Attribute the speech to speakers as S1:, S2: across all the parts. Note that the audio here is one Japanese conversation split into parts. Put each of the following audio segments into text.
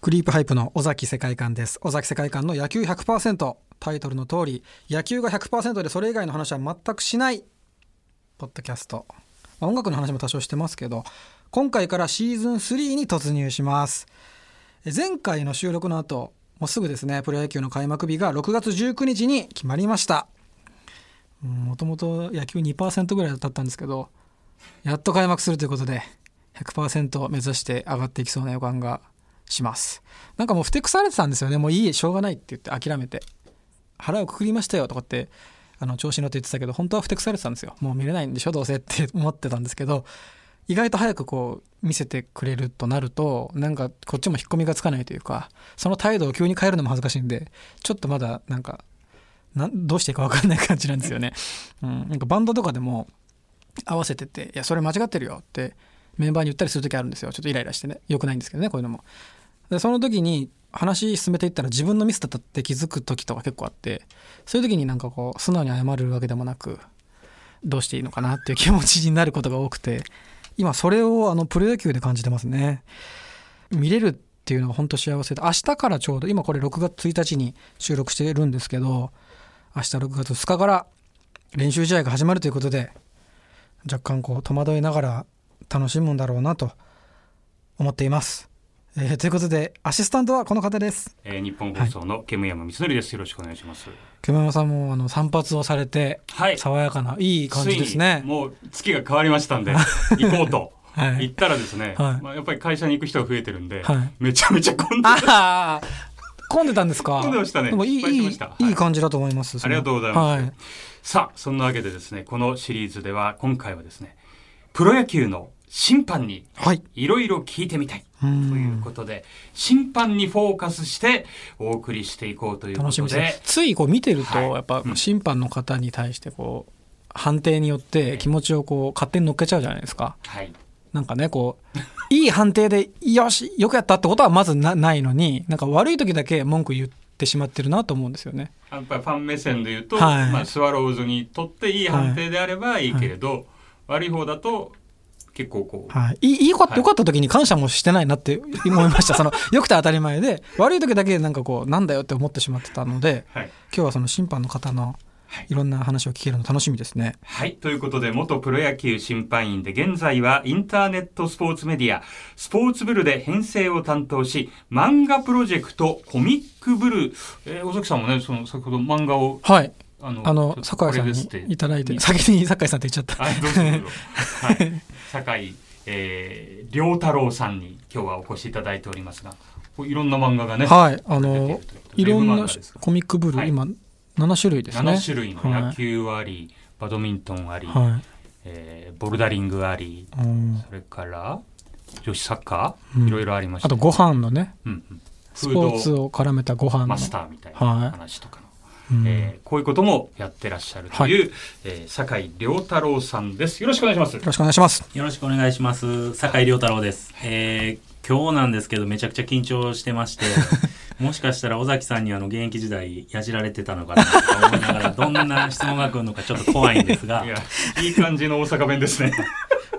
S1: クリープハイプの尾崎世界観です。尾崎世界観の野球100%。タイトルの通り、野球が100%でそれ以外の話は全くしない、ポッドキャスト。まあ、音楽の話も多少してますけど、今回からシーズン3に突入します。え前回の収録の後、もうすぐですね、プロ野球の開幕日が6月19日に決まりました。うんもともと野球2%ぐらいだったんですけど、やっと開幕するということで、100%を目指して上がっていきそうな予感がします。なんかもうふてくされてたんですよね。もういい、しょうがないって言って諦めて。腹をくくりましたよとかって、あの、調子に乗って言ってたけど、本当はふてくされてたんですよ。もう見れないんでしょ、どうせって思ってたんですけど、意外と早くこう見せてくれるとなるとなんかこっちも引っ込みがつかないというかその態度を急に変えるのも恥ずかしいんでちょっとまだなんかなんどうしていいか分かんない感じなんですよね。うん、なんかバンドとかでも合わせてて「いやそれ間違ってるよ」ってメンバーに言ったりする時あるんですよちょっとイライラしてねよくないんですけどねこういうのも。でその時に話進めていったら自分のミスだったって気づく時とか結構あってそういう時になんかこう素直に謝るわけでもなくどうしていいのかなっていう気持ちになることが多くて今それをあのプロ野球で感じてますね見れるっていうのが本当幸せで明日からちょうど今これ6月1日に収録してるんですけど明日6月2日から練習試合が始まるということで若干こう戸惑いながら楽しむんだろうなと思っています、えーということでアシスタントはこの方です
S2: えー、日本放送の煙山光則です、よろしくお願いします。
S1: 熊山さんもあの散髪をされて
S2: はい。
S1: 爽やかないい感じです
S2: つい
S1: ね
S2: にもう月が変わりましたんで、行こうと。
S1: はい
S2: 行ったらですね、
S1: はい
S2: まあ、やっぱり会社に行く人が増えてるんで、
S1: はい
S2: めちゃめちゃ混んで、
S1: ああ混んでたんですか
S2: 混んでましたね
S1: でもいい
S2: 失敗し
S1: い
S2: ま
S1: い
S2: した
S1: いい感じだと思います
S2: ありがとうございます。
S1: はい
S2: さあ、そんなわけでですね、このシリーズでは、今回はですね、プロ野球の審判に
S1: はい
S2: いろいろ聞いてみたい。
S1: う
S2: というんことで、審判にフォーカスしてお送りしていこうというこ
S1: 楽し
S2: と
S1: み
S2: で、
S1: ですついこう見てると
S2: はい
S1: やっぱ
S2: うん
S1: 審判の方に対してこう判定によって気持ちをこう勝手に乗っけちゃうじゃないですか
S2: はい。
S1: なんかねこういい判定でよしよくやったってことはまずなないのになんか悪い時だけ文句言ってしまってるなと思うんですよね
S2: やっぱりファン目線で言うと、
S1: はい
S2: まあ、スワローズにとっていい判定であればいいけれど、悪い方だと結構こう、
S1: はい、いいいいこと
S2: はい
S1: 良かった時に感謝もしてないなって思いました、その良くて当たり前で悪い時だけなんかこうなんだよって思ってしまってたので
S2: はい
S1: 今日はその審判の方の
S2: はい
S1: いろんな話を聞けるの楽しみですね。
S2: はい。ということで、元プロ野球審判員で、現在はインターネットスポーツメディア、スポーツブルで編成を担当し、漫画プロジェクト、コミックブル、えー、尾崎さんもね、その、先ほど漫画を、
S1: はい、
S2: あの
S1: あの
S2: ちょっとこ
S1: 酒井さ
S2: れ
S1: ん
S2: で
S1: に
S2: すって
S1: いただいて先に酒井さんって言っちゃった。
S2: はい、どうぞどうぞ。はい。酒井、えー、良太郎さんに今日はお越しいただいておりますが、こういろんな漫画がね、
S1: はい、あ
S2: 出
S1: の
S2: てるということで
S1: いろん
S2: ウェブ漫
S1: な
S2: 画ですか
S1: コミックブルー、
S2: はい
S1: 今7種類ですね。
S2: 7種類の野球あり、バドミントンあり、
S1: は
S2: えーボルダリングあり、
S1: い、うん
S2: それから女子サッカー、
S1: うん
S2: いろいろありました
S1: あとご飯のね
S2: うんうん
S1: ス
S2: フ
S1: ポー
S2: ー
S1: ツ
S2: ド
S1: を絡めたご飯の
S2: マスターみたいな話とかの、
S1: うん
S2: えーこういうこともやってらっしゃるという、えー酒井良太郎さんです。よろしくお願いしま す
S1: よ。ろしくお願いします。
S3: よろしくお願いします。酒井亮太郎です。えー、今日なんですけど、めちゃくちゃ緊張して まして、もしかしたら尾崎さんにあの、現役時代、やじられてたのかなと思いながら、どんな質問が来るのかちょっと怖いんですが、
S2: い
S3: よ
S2: や、いい感じの大阪弁ですね。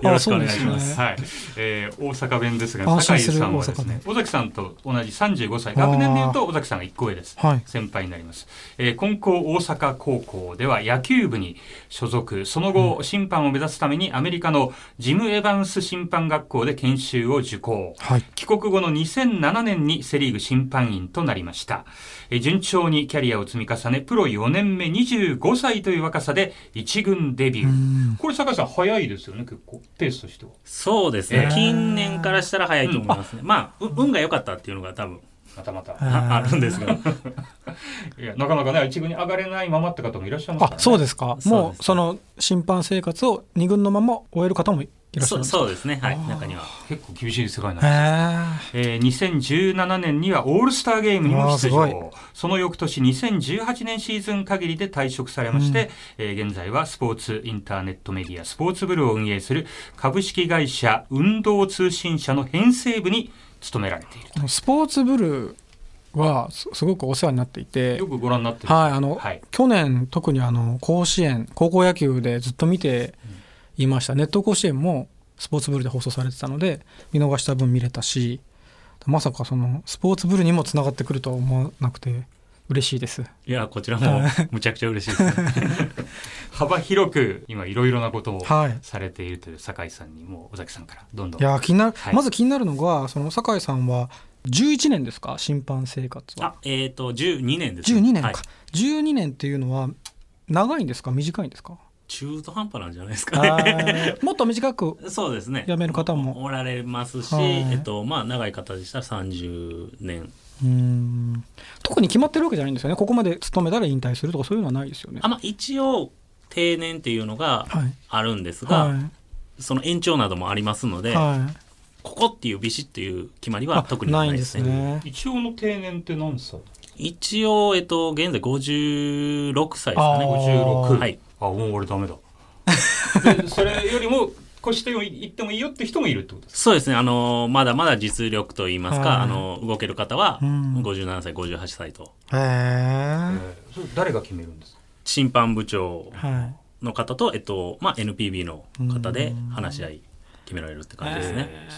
S3: ろしくお願い
S1: あ
S3: し
S1: そう
S3: ま。
S1: ですすね
S2: はい、えー、大阪弁ですが、
S1: 安心
S2: 酒井
S1: する
S2: さんはですね、尾崎さんと同じ35歳、学年でいうと尾崎さんが1個上です。
S1: はい。
S2: 先輩になります、えー、金光大阪高校では野球部に所属その後審判を目指すためにアメリカのジム・エヴァンス審判学校で研修を受講
S1: はい。
S2: 帰国後の2007年にセ・リーグ審判員となりましたえー順調にキャリアを積み重ねプロ4年目25歳という若さで一軍デビュー、
S1: うん
S2: これ坂井さん早いですよね結構ペースとしては
S3: そうです
S2: え
S3: ね
S2: ー。
S3: 近年からしたら早いと思いますね。まあ、う運が良かったっていうのが多分、
S2: またまた、
S1: あー
S3: あある んですが、
S2: いやなかなかね一軍に上がれないままって方もいらっしゃいますから、
S1: あ
S2: ね、
S1: そうですか。も
S3: そうです
S1: うその審判生活を二軍のまま終える方もいらっしゃ
S3: そ
S1: るん
S3: う
S1: ですか。
S3: そうですね。は
S1: あ
S3: い、
S1: ー
S3: 中には。
S2: 結構厳しい世界なんです
S1: へ
S2: ね
S1: え。
S2: えー2017年にはオールスターゲームにも出
S1: あーす
S2: 場その翌年2018年シーズン限りで退職されまして、えー現在はスポーツインターネットメディアスポーツブルを運営する株式会社運動通信社の編成部に勤められている
S1: このスポーツブルーはすすごくお世話になっていて
S2: よ、くご覧になってる
S1: はい、あの、
S2: はい
S1: 去年特にあの甲子園高校野球でずっと見ていました。ネット甲子園もスポーツブルーで放送されてたので見逃した分見れたし、まさかそのスポーツブルにもつながってくるとは思わなくて嬉しいです。
S3: いやこちら もむちゃくちゃ嬉しいです、ね、
S2: 幅広く今いろいろなことを
S1: はい
S2: されているという酒井さんにも尾崎さんからどんど
S1: い
S2: ん。
S1: や気になる、
S2: はい
S1: まず気になるのがその酒井さんは11年ですか審判生活は。
S3: あえっ、と12年ですね、
S1: 12年か、
S3: はい
S1: 12年っていうのは長いんですか短いんです か
S3: 中途半端なんじゃないですかね
S1: あーもっと短く
S3: そうですね
S1: 辞める方も
S3: おられますし、
S1: はい
S3: えっとまあ、長い方でしたら30年
S1: うーん特に決まってるわけじゃないんですよねここまで勤めたら引退するとかそういうのはないですよね。
S3: あ、まあ、一応定年っていうのが
S1: はい
S3: あるんですが、
S1: は
S3: その延長などもありますの
S1: い
S3: で、
S1: はい、
S3: ここっていうビシッという決まり
S1: あ
S3: は特にないですね。
S1: ないんですね。
S2: 一応の定年って何歳
S3: 一応、えっと、現在56歳ですかね。
S1: あー
S2: 56
S3: はい。
S2: あもう俺ダメだ でそれよりも越してもいってもいいよって人もいるってことです
S3: そうですね。あの、まだまだ実力といいますか、
S1: はい
S3: あの、動ける方は、
S1: うん
S3: 57歳、58歳と、
S1: へ
S2: か、
S1: え。
S2: えーそれ誰が決めるんですか
S3: 審判部長
S1: はい。
S3: の方と、えっと、まあ、NPB の方で
S1: うん
S3: 話し合い決められるって感じですね。
S2: え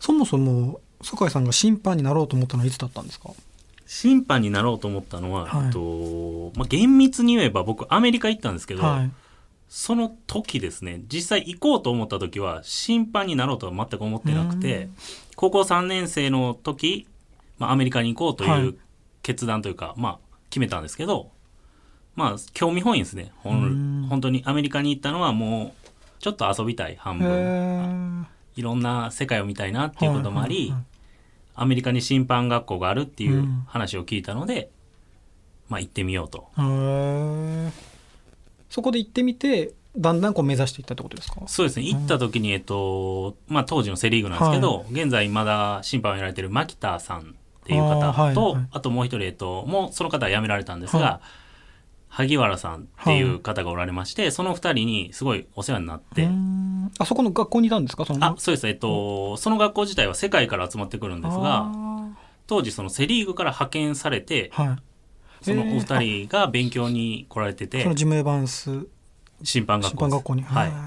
S1: そもそも酒井さんが審判になろうと思ったのはいつだったんですか。
S3: 審判になろうと思ったのは、
S1: はい
S3: えっと、まあ、厳密に言えば僕、アメリカ行ったんですけど、
S1: はい。
S3: その時ですね、実際行こうと思った時は、審判になろうとは全く思ってなく
S1: う
S3: て、高校3年生の時、まあ、アメリカに行こうと
S1: はいいう
S3: 決断というか、まあ、決めたんですけど、まあ、興味本位ですね。ほ
S1: うん
S3: ん本当にアメリカに行ったのはもう、ちょっと遊びたい半
S1: へ
S3: 分、いろんな世界を見たいなっていうこともあり、アメリカに審判学校があるっていう話を聞いたので、まあ、行ってみようと。
S1: え。へえそこで行ってみて、だんだんこう目指していったってことですか。
S3: そうですね、行った時に、えっと、まあ、当時のセ・リーグなんですけど、現在まだ審判をやられてる牧田さんっていう方と、
S1: あ
S3: あ,、
S1: ーはいはい
S3: ともう一人、えっと、もうその方は辞められたんですが、
S1: は
S3: 萩原さんっていう方がおられまして、その二人にすごいお世話になって、
S1: うーんあそこの学校にいたんですか。その
S3: あ、そうです、えっと、その学校自体は世界から集まってくるんですが、当時そのセ・リーグから派遣されて、
S1: あーはい。
S3: そのお
S1: えー
S3: 二人が勉強に来られて
S1: あ
S3: て
S1: その、事務エバンス
S3: 審判学
S1: 審
S3: 校
S1: 判
S3: です
S1: 学校に。
S3: はい
S1: へー。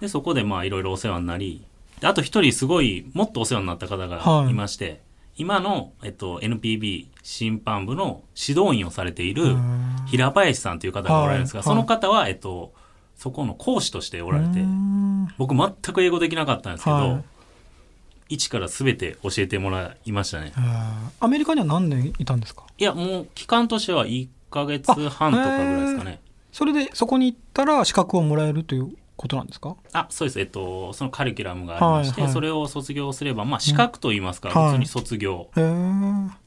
S3: でそこでまあいろいろお世話になりであと一人すごいもっとお世話になった方
S1: は
S3: が
S1: い
S3: いまして、今の、えっと、NPB 審判部の指導員をされている
S1: うん
S3: 平林さんという方がおられるんですが、
S1: はい
S3: その方は、えっと、そこの講師としておられて
S1: うーん
S3: 僕全く英語できなかったんですけど、
S1: は
S3: 一から全て教えてもらいましたね
S1: へーアメリカには何年いたんですか。
S3: いやもう期間としては1ヶ月半とかぐらいですかね
S1: それでそこに行ったら資格をもらえるということなんですか。
S3: あそうです、えっと、そのカリキュラムがありまして、
S1: はいはい
S3: それを卒業すれば、まあ、資格といいますか、
S1: はい
S3: 普通に卒業
S1: へえ。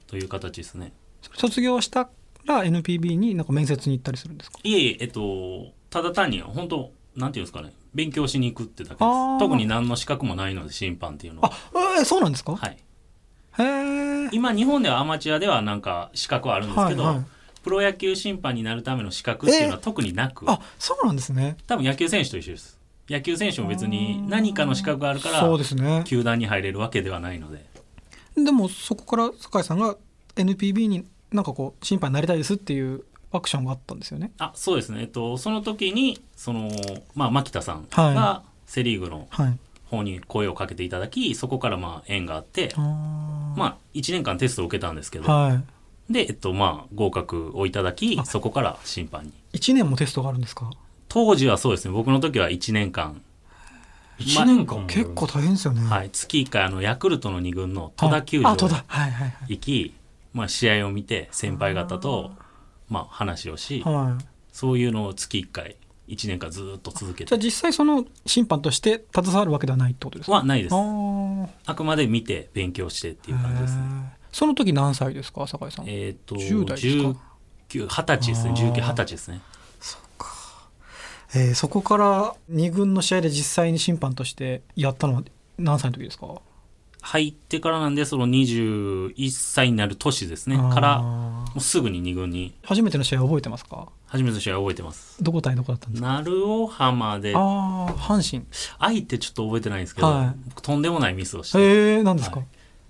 S3: という形ですね。
S1: 卒業したら NPB になんか面接に行ったりするんですか
S3: いえいえ、えっと、ただ単に、本当なんていうんですかね、勉強しに行くってだけで
S1: あー
S3: す。特に何の資格もないので、審判っていうのは。
S1: あ、えーそうなんですか、
S3: はい。
S1: へえ
S3: 今、日本ではアマチュアではなんか資格はあるんですけど、
S1: はいはい
S3: プロ野球審判になるための資格っていうのは特になく、
S1: あそうなんですね
S3: 多分野球選手と一緒です。野球選手も別に何かの資格があるから、
S1: そうですね
S3: 球団に入れるわけではないので。
S1: でもそこから酒井さんが NPB になんかこう審判になりたいですっていうアクションがあったんですよね
S3: あそうですね、えっと、その時にその、まあ、牧田さん
S1: は
S3: がセ・リーグの
S1: はい
S3: 方に声をかけていただき、そこからまあ縁があって、
S1: あ
S3: まあ、1年間テストを受けたんですけど、
S1: は
S3: で、えっと、まあ、合格をいただき、そこから審判に。
S1: い1年もテストがあるんですか
S3: 当時はそうですね、僕の時は1年間、
S2: 1年間も
S1: 結構大変ですよね
S3: はい、月1回、あの、ヤクルトの2軍の戸田球場
S1: あ戸
S3: に
S1: 田はいはいはい
S3: 行き、まあ、試合を見て、先輩方と、まあ、話をし、
S1: はい、
S3: そういうのを月1回、1年間ずっと続け
S1: じゃ
S3: て
S1: あ、実際その審判として携わるわけではないってことですか
S3: はないです
S1: あ。ー
S3: あくまで見て勉強してっていう感じですね。
S1: へーその時何歳ですか酒井さん
S3: えっ、と、
S1: 10代ですか
S3: 19、20歳ですね。
S1: あー
S3: 19、20歳ですね。
S1: えーそこから2軍の試合で実際に審判としてやったのは何歳の時ですか、
S3: 入ってからなんで、その21歳になる年ですね。から、も
S1: あー
S3: うすぐに2軍に、
S1: 初めての試合覚えてますか
S3: 初めての試合は覚えてます。
S1: どこ対どこだったんですか
S3: 鳴尾浜で、
S1: ああ阪
S3: 愛ってちょっと覚えてないんですけど、
S1: はい
S3: 僕とんでもないミスをし
S1: 神
S3: て、
S1: えー、何ですか、
S3: はい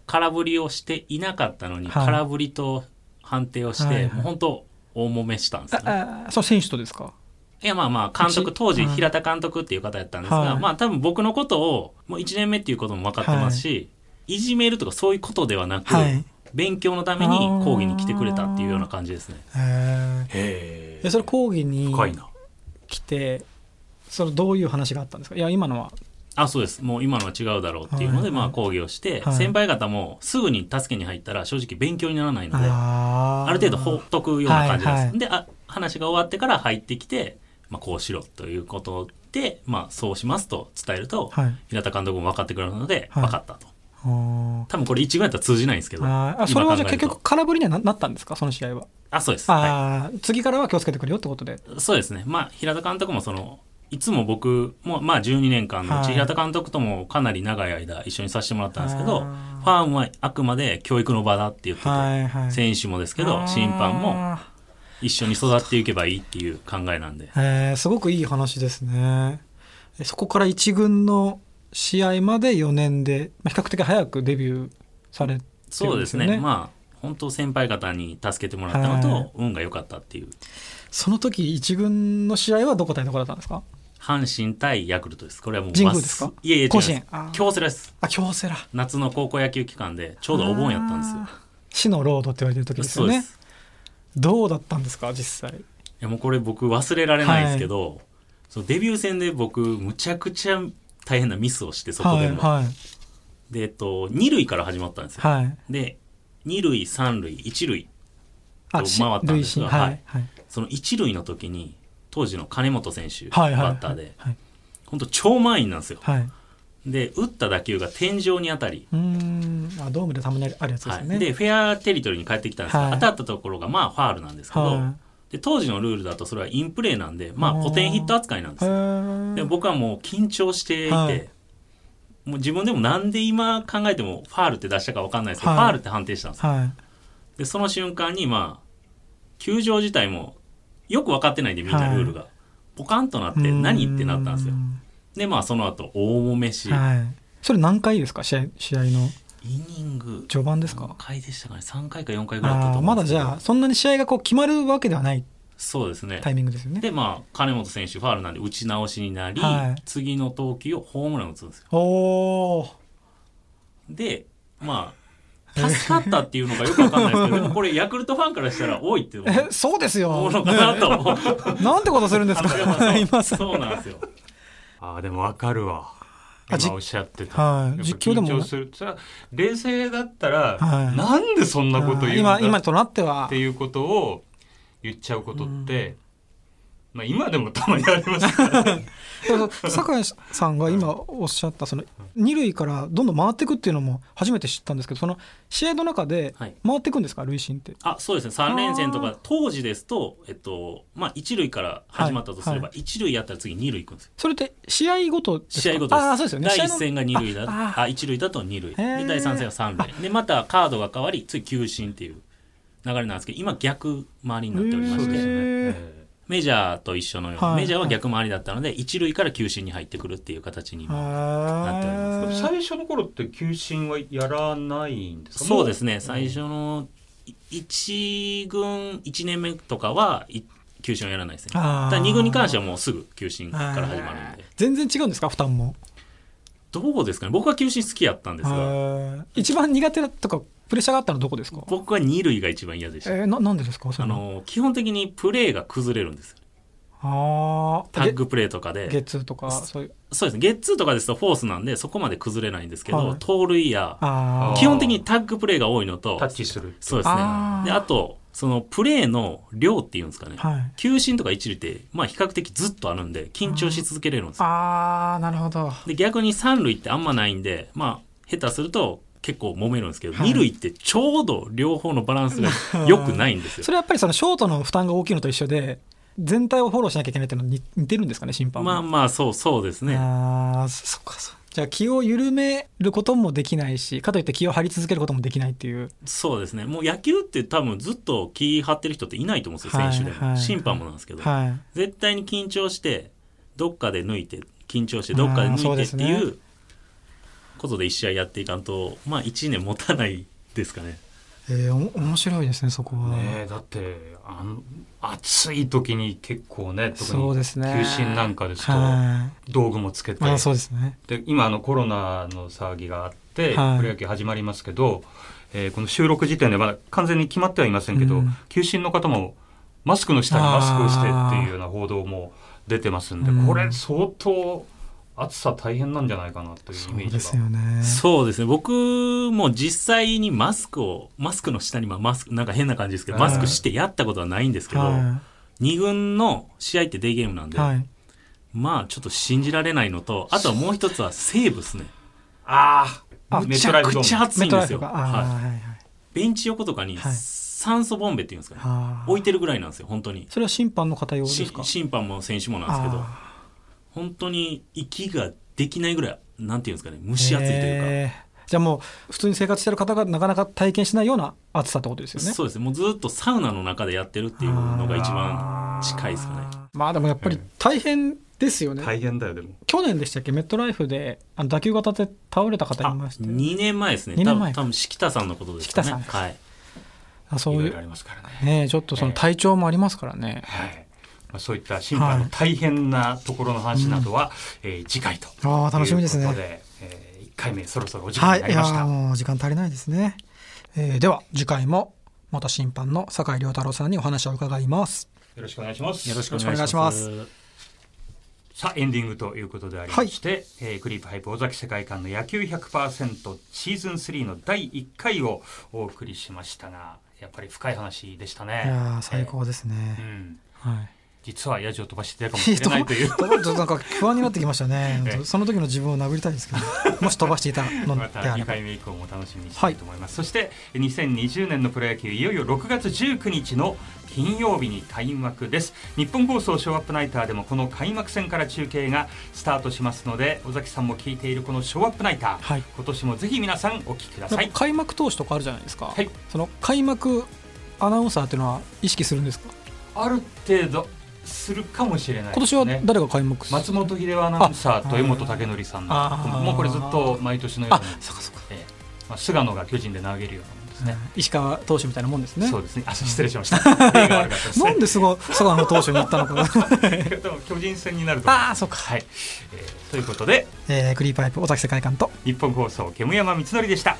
S3: 空振りをしていなかったのに、
S1: はい
S3: 空振りと判定をして、
S1: はいはい
S3: もう本当、大揉めしたんですよね、
S1: ああその選手とですか
S3: いやまあまあ監督
S1: うち
S3: 当時
S1: はい
S3: 平田監督っていう方やったんですが、
S1: はい
S3: まあ多分僕のことをもう1年目っていうことも分かってますし、いじめるとかそういうことではなく、
S1: はい
S3: 勉強のために講義に来てくれたっていうような感じですね。
S1: え
S2: へ
S1: えそれ講義に
S2: 深いな。
S1: 来てそれどういう話があったんですかいや今のは
S3: あそうですもう今のは違うだろうっていうの
S1: はい
S3: で、まあ、講義をして、
S1: はい
S3: 先輩方もすぐに助けに入ったら正直勉強にならないのであ
S1: あー
S3: る程度放っとくような感じなんです。
S1: はいはい
S3: であ話が終わってから入ってきて、まあ、こうしろということで、まあ、そうしますと伝えると、
S1: はい
S3: 平田監督も分かってくれるので、
S1: はい
S3: 分かったと。
S1: あー
S3: 多分これ1軍やったら通じないんですけど
S1: あーあそれはじゃあ結局空振りにはななったんですかその試合は
S3: あそうです、は
S1: あー次からは気をつけてくれよってことで
S3: い、そうですねまあ平田監督もそのいつも僕もまあ12年間のう
S1: は
S3: ち
S1: い
S3: 平田監督ともかなり長い間一緒にさせてもらったんですけど、
S1: あー
S3: ファームはあくまで教育の場だって言ってて、
S1: はいはい
S3: 選手もですけど審判も
S1: あ
S3: 一緒に育っていけばいいっていう考えなんで
S1: ーえーすごくいい話ですねえそこから一軍の試合まで4年で、まあ、比較的早くデビューされてる
S3: そうん
S1: で
S3: ですす
S1: よ
S3: ね
S1: ね
S3: まあ本当先輩方に助けてもらったの
S1: はい
S3: と運が良かったっていう
S1: その時一軍の試合はどこ対どこだったんですか
S3: 阪神対ヤクルトですこれはもう
S1: 神宮ですか
S3: 忘いやいや違い
S1: 甲子
S3: ます
S1: 園あー
S3: 京セラです
S1: あ京セラ
S3: 夏の高校野球期間でちょうどお盆やったんですよ
S1: あ。ー死のロードって言われてる時です
S3: そ
S1: よ
S3: うで
S1: ね
S3: す。
S1: どうだったんですか実際
S3: いやもうこれ僕忘れられないんですけど、そのデビュー戦で僕むちゃくちゃ大変なミスをしてそこ
S1: は
S3: で
S1: い
S3: も。
S1: はい
S3: で、えっと、二塁から始まったんですよ。
S1: はい
S3: で、二塁、三塁、一塁。と
S1: し
S3: 回ったんですが
S1: 塁審は
S3: はいい
S1: はい
S3: その一塁の時に、当時の金本選手、
S1: はいはい
S3: バッターで、
S1: はい
S3: 本当超満員なんですよ。
S1: はい
S3: で、打った打球が天井に当たり、
S1: うーんあドームでたまにあるやつです
S3: は
S1: よ
S3: い
S1: ね、
S3: で、フェアテリトリーに帰ってきたんですが、
S1: はい
S3: 当たったところがまあファールなんですけど、
S1: は
S3: で当時のルールだとそれはインプレーなんで、まあ、
S1: あー
S3: 古典ヒット扱いなんで
S1: い
S3: すよで僕はもう緊張していて、
S1: はい
S3: もう自分でもなんで今考えてもファールって出したか分かんないですけど、
S1: はい
S3: ファールって判定したんですよ
S1: はい
S3: でその瞬間にまあ球場自体もよく分かってないんでみんなルールが、ポカンとなって何ってなったんですよ
S1: う
S3: でまあその後大揉めし、
S1: ーんはいそれ何回ですか試合試合の
S3: イニング
S1: 序盤です
S3: 何
S1: か
S3: 回でしたかね3回か4回ぐらいだった
S1: あ
S3: と
S1: ー
S3: 思
S1: ま
S3: うん
S1: だ
S3: ですけ
S1: じ
S3: ど
S1: ゃあそんなに試合がこう決まるわけではない
S3: そうですね
S1: タイミングですよね
S3: でまあ金本選手ファールなんで打ち直しになり、
S1: はい
S3: 次の投球をホームラン打つんですよ
S1: おお
S3: でまあ助かったっていうのがよくわかんないです けどでもこれヤクルトファンからしたら多いって思
S1: えそうです
S3: う
S1: よ
S3: のかなと思う
S1: なんてことするんです
S3: あの
S1: か
S3: で も
S1: 今
S3: そ
S1: さ
S3: うそうなんですよ
S2: ああ、でもわかるわ。
S1: あじ
S2: 今おっしゃってた。
S1: はい
S2: やっぱ
S1: 実況でも
S2: 緊張する。それは冷静だったら、
S1: はい
S2: なんでそんなこと言うん
S1: 今
S2: だ
S1: 今となっては
S2: っていうことを言っちゃうことって、まあ今でもたまにありますから
S1: だから 酒井さんが今おっしゃったその二塁からどんどん回っていくっていうのも初めて知ったんですけどその試合の中で
S3: はい
S1: 回っていくんですか塁審って
S3: あそうですね3連戦とか当時ですと、えっとまあ、一塁から始まったとすれば、
S1: はい
S3: 一塁やったら次二塁行くんですよ
S1: それって試合ごとですか
S3: 試合ごとです
S1: ああそうですよね
S3: 第1戦が二塁だ
S1: 試合のあ
S3: あ一塁だと二塁で
S1: へー
S3: 第3戦が三塁でまたカードが変わり次球審っていう流れなんですけど今逆回りになっておりま
S2: そう
S3: し
S2: で
S3: て
S2: すね。
S1: へー
S2: え
S3: メジャーと一緒のように、
S1: はい
S3: メジャーは逆回りだったので一塁から球審に入ってくるっていう形に今なっており
S1: あ
S2: え
S3: ま
S1: ー
S2: 最初の頃って球審はやらないんですか
S3: そうです
S2: ね。
S3: ね最初の1軍1年目とかはい球審をやらないですね
S1: あー
S3: ただ2軍に関してはもうすぐ球審から始まるんで
S1: 全然違うんですか負担も
S3: どうですかね僕は球審好きやったんですが
S1: へー一番苦手なとかプレッシャーがあったのどこですか
S3: 僕は2塁が一番嫌でし
S1: え
S3: た
S1: ー、ななんでですかそれ
S3: あの基本的にプレーが崩れるんですよ
S1: あー
S3: タッグプレーとか
S1: ゲゲッ
S3: で
S1: ツーとかそういう
S3: そうですねゲッツーとかですとフォースなんでそこまで崩れないんですけ
S1: は
S3: ど
S1: い
S3: 盗塁や
S1: あ
S2: ー
S3: 基本的にタッグプレーが多いのと
S2: タッチする。
S3: そうですね
S1: あー。
S3: で、あと、そのプレーの量っていうんですかね。
S1: あはい
S3: 球審とか一塁って、まあ比較的ずっとあるんで、緊張し続けれるんですよ。
S1: あーなるほど
S3: で、逆に三塁ってあんまないんで、まあ、下手すると結構揉めるんですけど、
S1: はい
S3: 二塁ってちょうど両方のバラン スが良くないんですよ
S1: そ。れやっぱりそのショートの負担が大きいのと一緒で全体をフォローしなきゃいけないっていうのに似てるんですかね審判も
S3: まあまあ、そうそうですね。
S1: あーそそっかそうじゃあ気を緩めることもできないしかといって気を張り続けることもできないっていう
S3: そうですね。もう野球って多分ずっと気張ってる人っていないと思うんですよ、選手で
S1: はいは
S3: も。
S1: い
S3: 審判もなんですけど。
S1: はい
S3: 絶対に緊張してどっかで抜いて緊張してどっかで
S1: あーそう
S3: 抜い
S1: で
S3: てっ
S1: す
S3: て
S1: ね
S3: いうことで1試合やっていかんとまあ1年持たないですかね
S1: えー、お面白いですねそこは、
S2: ねえだってあの暑い時に結構ね特
S1: そう
S2: に
S1: ですね
S2: 球審なんかですと
S1: は
S2: 道具もつけて
S1: いあーそうですね
S2: で今あのコロナの騒ぎがあっってプ
S1: はい
S2: ロ野球始まりますけど、えーこの収録時点でまだ完全に決まってはいませんけ
S1: う
S2: ど、
S1: ん
S2: 球審の方もマスクの下にマスクをしてっていうような報道も出てますんで、
S1: うん
S2: これ相当暑さ大変なんじゃないかなというイ
S1: そう
S2: メージが。
S1: ですよね。
S3: そうですね僕も実際にマスクをマスクの下にまあマスクなんか変な感じですけど
S2: はい
S3: マスクしてやったことはないんですけど、
S1: は
S3: 2軍の試合ってデーゲームなん
S1: い。
S3: で、
S1: はい。
S3: まあちょっと信じられないのとあとはもう一つは西武ですね
S2: ああ、
S1: あ
S2: め
S3: め
S2: ち
S3: ち
S2: ゃ
S3: ゃ
S2: く
S3: く
S2: ち
S3: ち
S2: ゃ
S3: ゃ
S2: 暑い。
S3: 暑いんです
S1: メト
S3: よ、
S1: ライフとかあー
S3: は
S1: はいはい
S3: い、ベンチ横とかに
S1: はい
S3: 酸素ボンベっていうんですかね、
S1: あー
S3: 置いてるぐらいなんですよ本当に
S1: それは審判の方用です
S3: し
S1: か。
S3: 審判も選手もなんですけど
S1: あ
S3: 本当に息ができないぐらいなんていうんですかね蒸
S1: ー
S3: し暑いというか、
S1: へーじゃあもう普通に生活してる方がなかなか体験しないような暑さってことですよね。
S3: そうですねもうずっとサウナの中でやってるっていうのが一番近いですかね
S1: まあでもやっぱり大変ですよね。
S2: 大変だよ、でも。
S1: 去年でしたっけメットライフであの打球型で倒れた方いましたよね
S3: 2年前ですね
S1: 二
S3: 多
S1: 年前
S3: 分多分敷田さんのことですかね
S1: 敷田さん
S3: はい
S1: あそう
S2: い
S1: い
S2: ろいろあ
S1: う
S2: りますからね。
S1: ねちょっとその体調もありますからね。
S2: はい。まあ、そういった審判の大変なところの話などは、えー次回と。
S1: ああ楽しみです
S2: という
S1: ね
S2: こ。とで、えー、1回目そろそろお時間
S1: はい、
S2: に
S1: いや
S2: なりました。
S1: ーもう時間足りないですね。えーでは次回も元審判の酒井亮太郎さんにお話を伺います。
S2: よろしくお願いします。
S3: よろしく
S1: お
S3: お
S1: 願
S3: 願
S1: い
S3: い
S1: し
S3: し
S1: ま
S3: ますす
S2: さあエンディングということでありまして、えークリープハイプ尾崎世界観の野球100%シーズン3の第1回をお送りしましたがやっぱり深い話でしたね
S1: いやー最、高です
S2: えー
S1: ね。
S2: うん、
S1: はい。
S2: 実はヤジを飛ばしていたかもしれないという
S1: ちょっとなんか不安になってきましたね
S2: ええ。
S1: その時の自分を殴りたいですけど、もし飛ばしていたの
S2: ま
S1: で
S2: た
S1: あれば。
S2: 2回目以降も楽しみにしたいと思います、そして2020年のプロ野球いよいよ6月19日の金曜日に開幕です日本放送ショーアップナイターでもこの開幕戦から中継がスタートしますので尾崎さんも聞いているこのショーアップナイター、
S1: はい
S2: 今年もぜひ皆さんお聞きください
S1: 開幕投手とかあるじゃないですか。
S2: はい
S1: その開幕アナウンサーっていうのは意識するんですか。
S2: ある程度するかもしれな
S1: 今
S2: いで
S1: 年
S2: す
S1: は
S2: ね、
S1: 誰が開幕する？
S2: 松本秀夫アナウンサーと江本武則さん
S1: あー
S2: もうこれずっと毎年のよ
S1: あ
S2: うに、
S1: そっかそっか。
S2: ええまあ、菅野が巨人で投げるようなもんですね、
S1: 石川投手みたいなもんですね。
S2: そうですねあ失礼し ました例が悪かったですね
S1: なんで菅菅野投手に行ったのか。
S2: でも巨人戦になると思います
S1: ああ、そっか。
S2: はい、えーということで
S1: えー、クリーパイプ、尾崎世界観と。
S2: 日本放送煙山光則でした